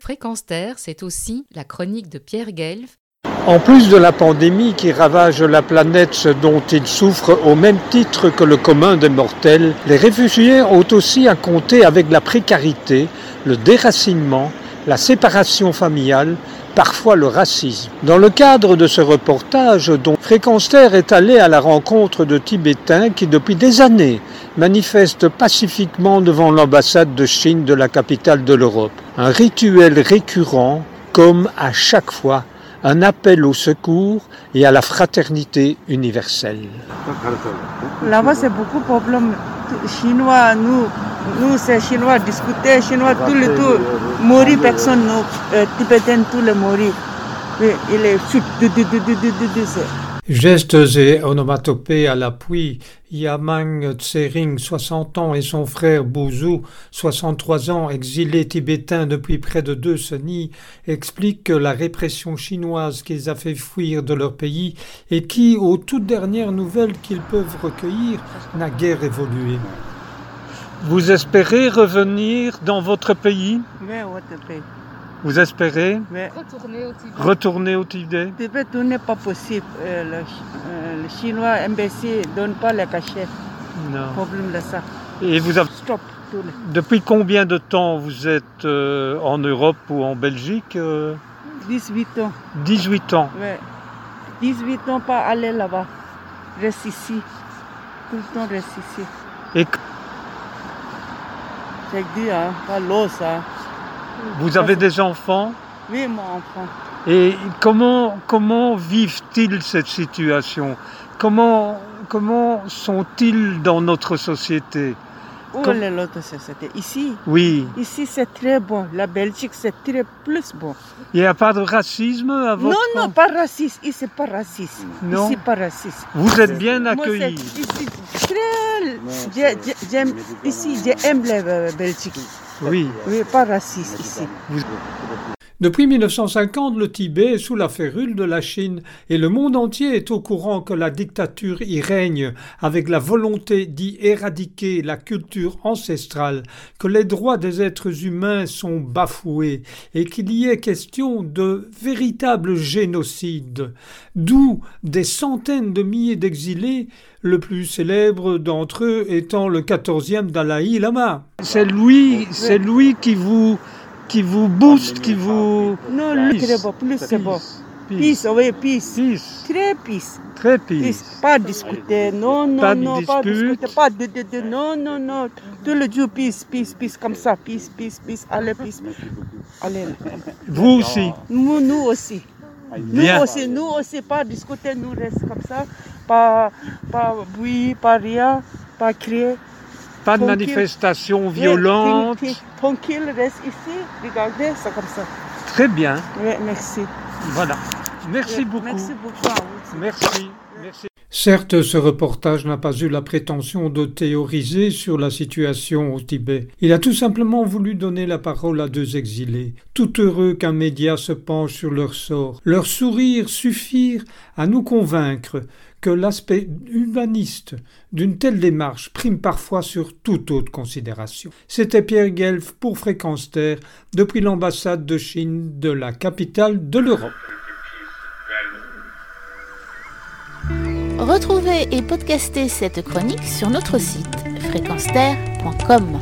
Fréquence Terre, c'est aussi la chronique de Pierre Guelf. En plus de la pandémie qui ravage la planète dont ils souffrent au même titre que le commun des mortels, les réfugiés ont aussi à compter avec la précarité, le déracinement, la séparation familiale, parfois le racisme. Dans le cadre de ce reportage, dont Fréquence Terre est allée à la rencontre de Tibétains qui, depuis des années, manifestent pacifiquement devant l'ambassade de Chine de la capitale de l'Europe. Un rituel récurrent, comme à chaque fois, un appel au secours et à la fraternité universelle. Là-bas, c'est beaucoup de problèmes. Chinois, nous, nous c'est Chinois, discuter Chinois, tout le tout. Mori, personne, nous, euh, Tibétains, tous les Mori. Il est chut, du, du, du, du, du, du, c'est- Gestes et onomatopées à l'appui, Yamang Tsering, 60 ans, et son frère Bouzou, 63 ans, exilés tibétains depuis près de deux décennies, expliquent que la répression chinoise qui les a fait fuir de leur pays et qui, aux toutes dernières nouvelles qu'ils peuvent recueillir, n'a guère évolué. Vous espérez revenir dans votre pays Mais on te paye. Vous espérez Mais Retourner au Tibet. retourner au Tibet Tibet, tout n'est pas possible. Euh, le, Ch- euh, le Chinois imbécile donne pas les cachets. Non. Problème de ça. Et vous avez Stop, tout le. Depuis combien de temps vous êtes euh, en Europe ou en Belgique euh, 18 ans. 18 ans. Ouais. 18 ans, pas aller là-bas. Reste ici. Tout le temps reste ici. Et que J'ai dit, hein, pas l'eau, ça. vous avez des enfants Oui, mon enfant. Et comment, comment vivent-ils cette situation comment, comment sont-ils dans notre société Où Comme- est l'autre société Ici. Oui. Ici, c'est très bon. La Belgique, c'est très plus bon. Il n'y a pas de racisme à votre... Non, non, pas raciste. Ici, c'est pas raciste. Non. Ici, pas raciste. Vous êtes bien Moi, c'est accueillis. ici, très... j'ai- j'ai- J'aime... Ici, j'aime la euh, Belgique. Oui. Oui, pas raciste ici. Depuis 1950, le Tibet est sous la férule de la Chine et le monde entier est au courant que la dictature y règne avec la volonté d'y éradiquer la culture ancestrale, que les droits des êtres humains sont bafoués et qu'il y est question de véritables génocides. D'où des centaines de milliers d'exilés, le plus célèbre d'entre eux étant le 14e Dalai Lama. C'est lui, c'est lui qui vous qui vous booste, qui vous... Non, le très bon. Plus, c'est bon. Peace, oui, peace. Peace. Très peace. Très Peace. peace. Pas discuter. Non, non, Pas de non. Pas dispute. discuter. Pas de, de, de. Non, non, non. Tout le jour, peace, peace, peace. Comme ça, peace, peace, peace. Allez, peace. Allez. Vous aussi. Nous, nous aussi. Nous Bien. aussi, nous aussi, pas discuter, nous reste comme ça. Pas, pas bruit, pas rien, pas crier. Pas de Tranquille. manifestation violente. Oui, Tranquille, tranquille, reste ici, regardez, c'est comme ça. Très bien. Oui, merci. Voilà. Merci Oui, beaucoup. Merci beaucoup. à vous aussi. Merci. Merci. Certes, ce reportage n'a pas eu la prétention de théoriser sur la situation au Tibet. Il a tout simplement voulu donner la parole à deux exilés, tout heureux qu'un média se penche sur leur sort. Leurs sourires suffirent à nous convaincre que l'aspect humaniste d'une telle démarche prime parfois sur toute autre considération. C'était Pierre Guelf pour Fréquence Terre, depuis l'ambassade de Chine de la capitale de l'Europe. Retrouvez et podcastez cette chronique sur notre site fréquenceterre.com.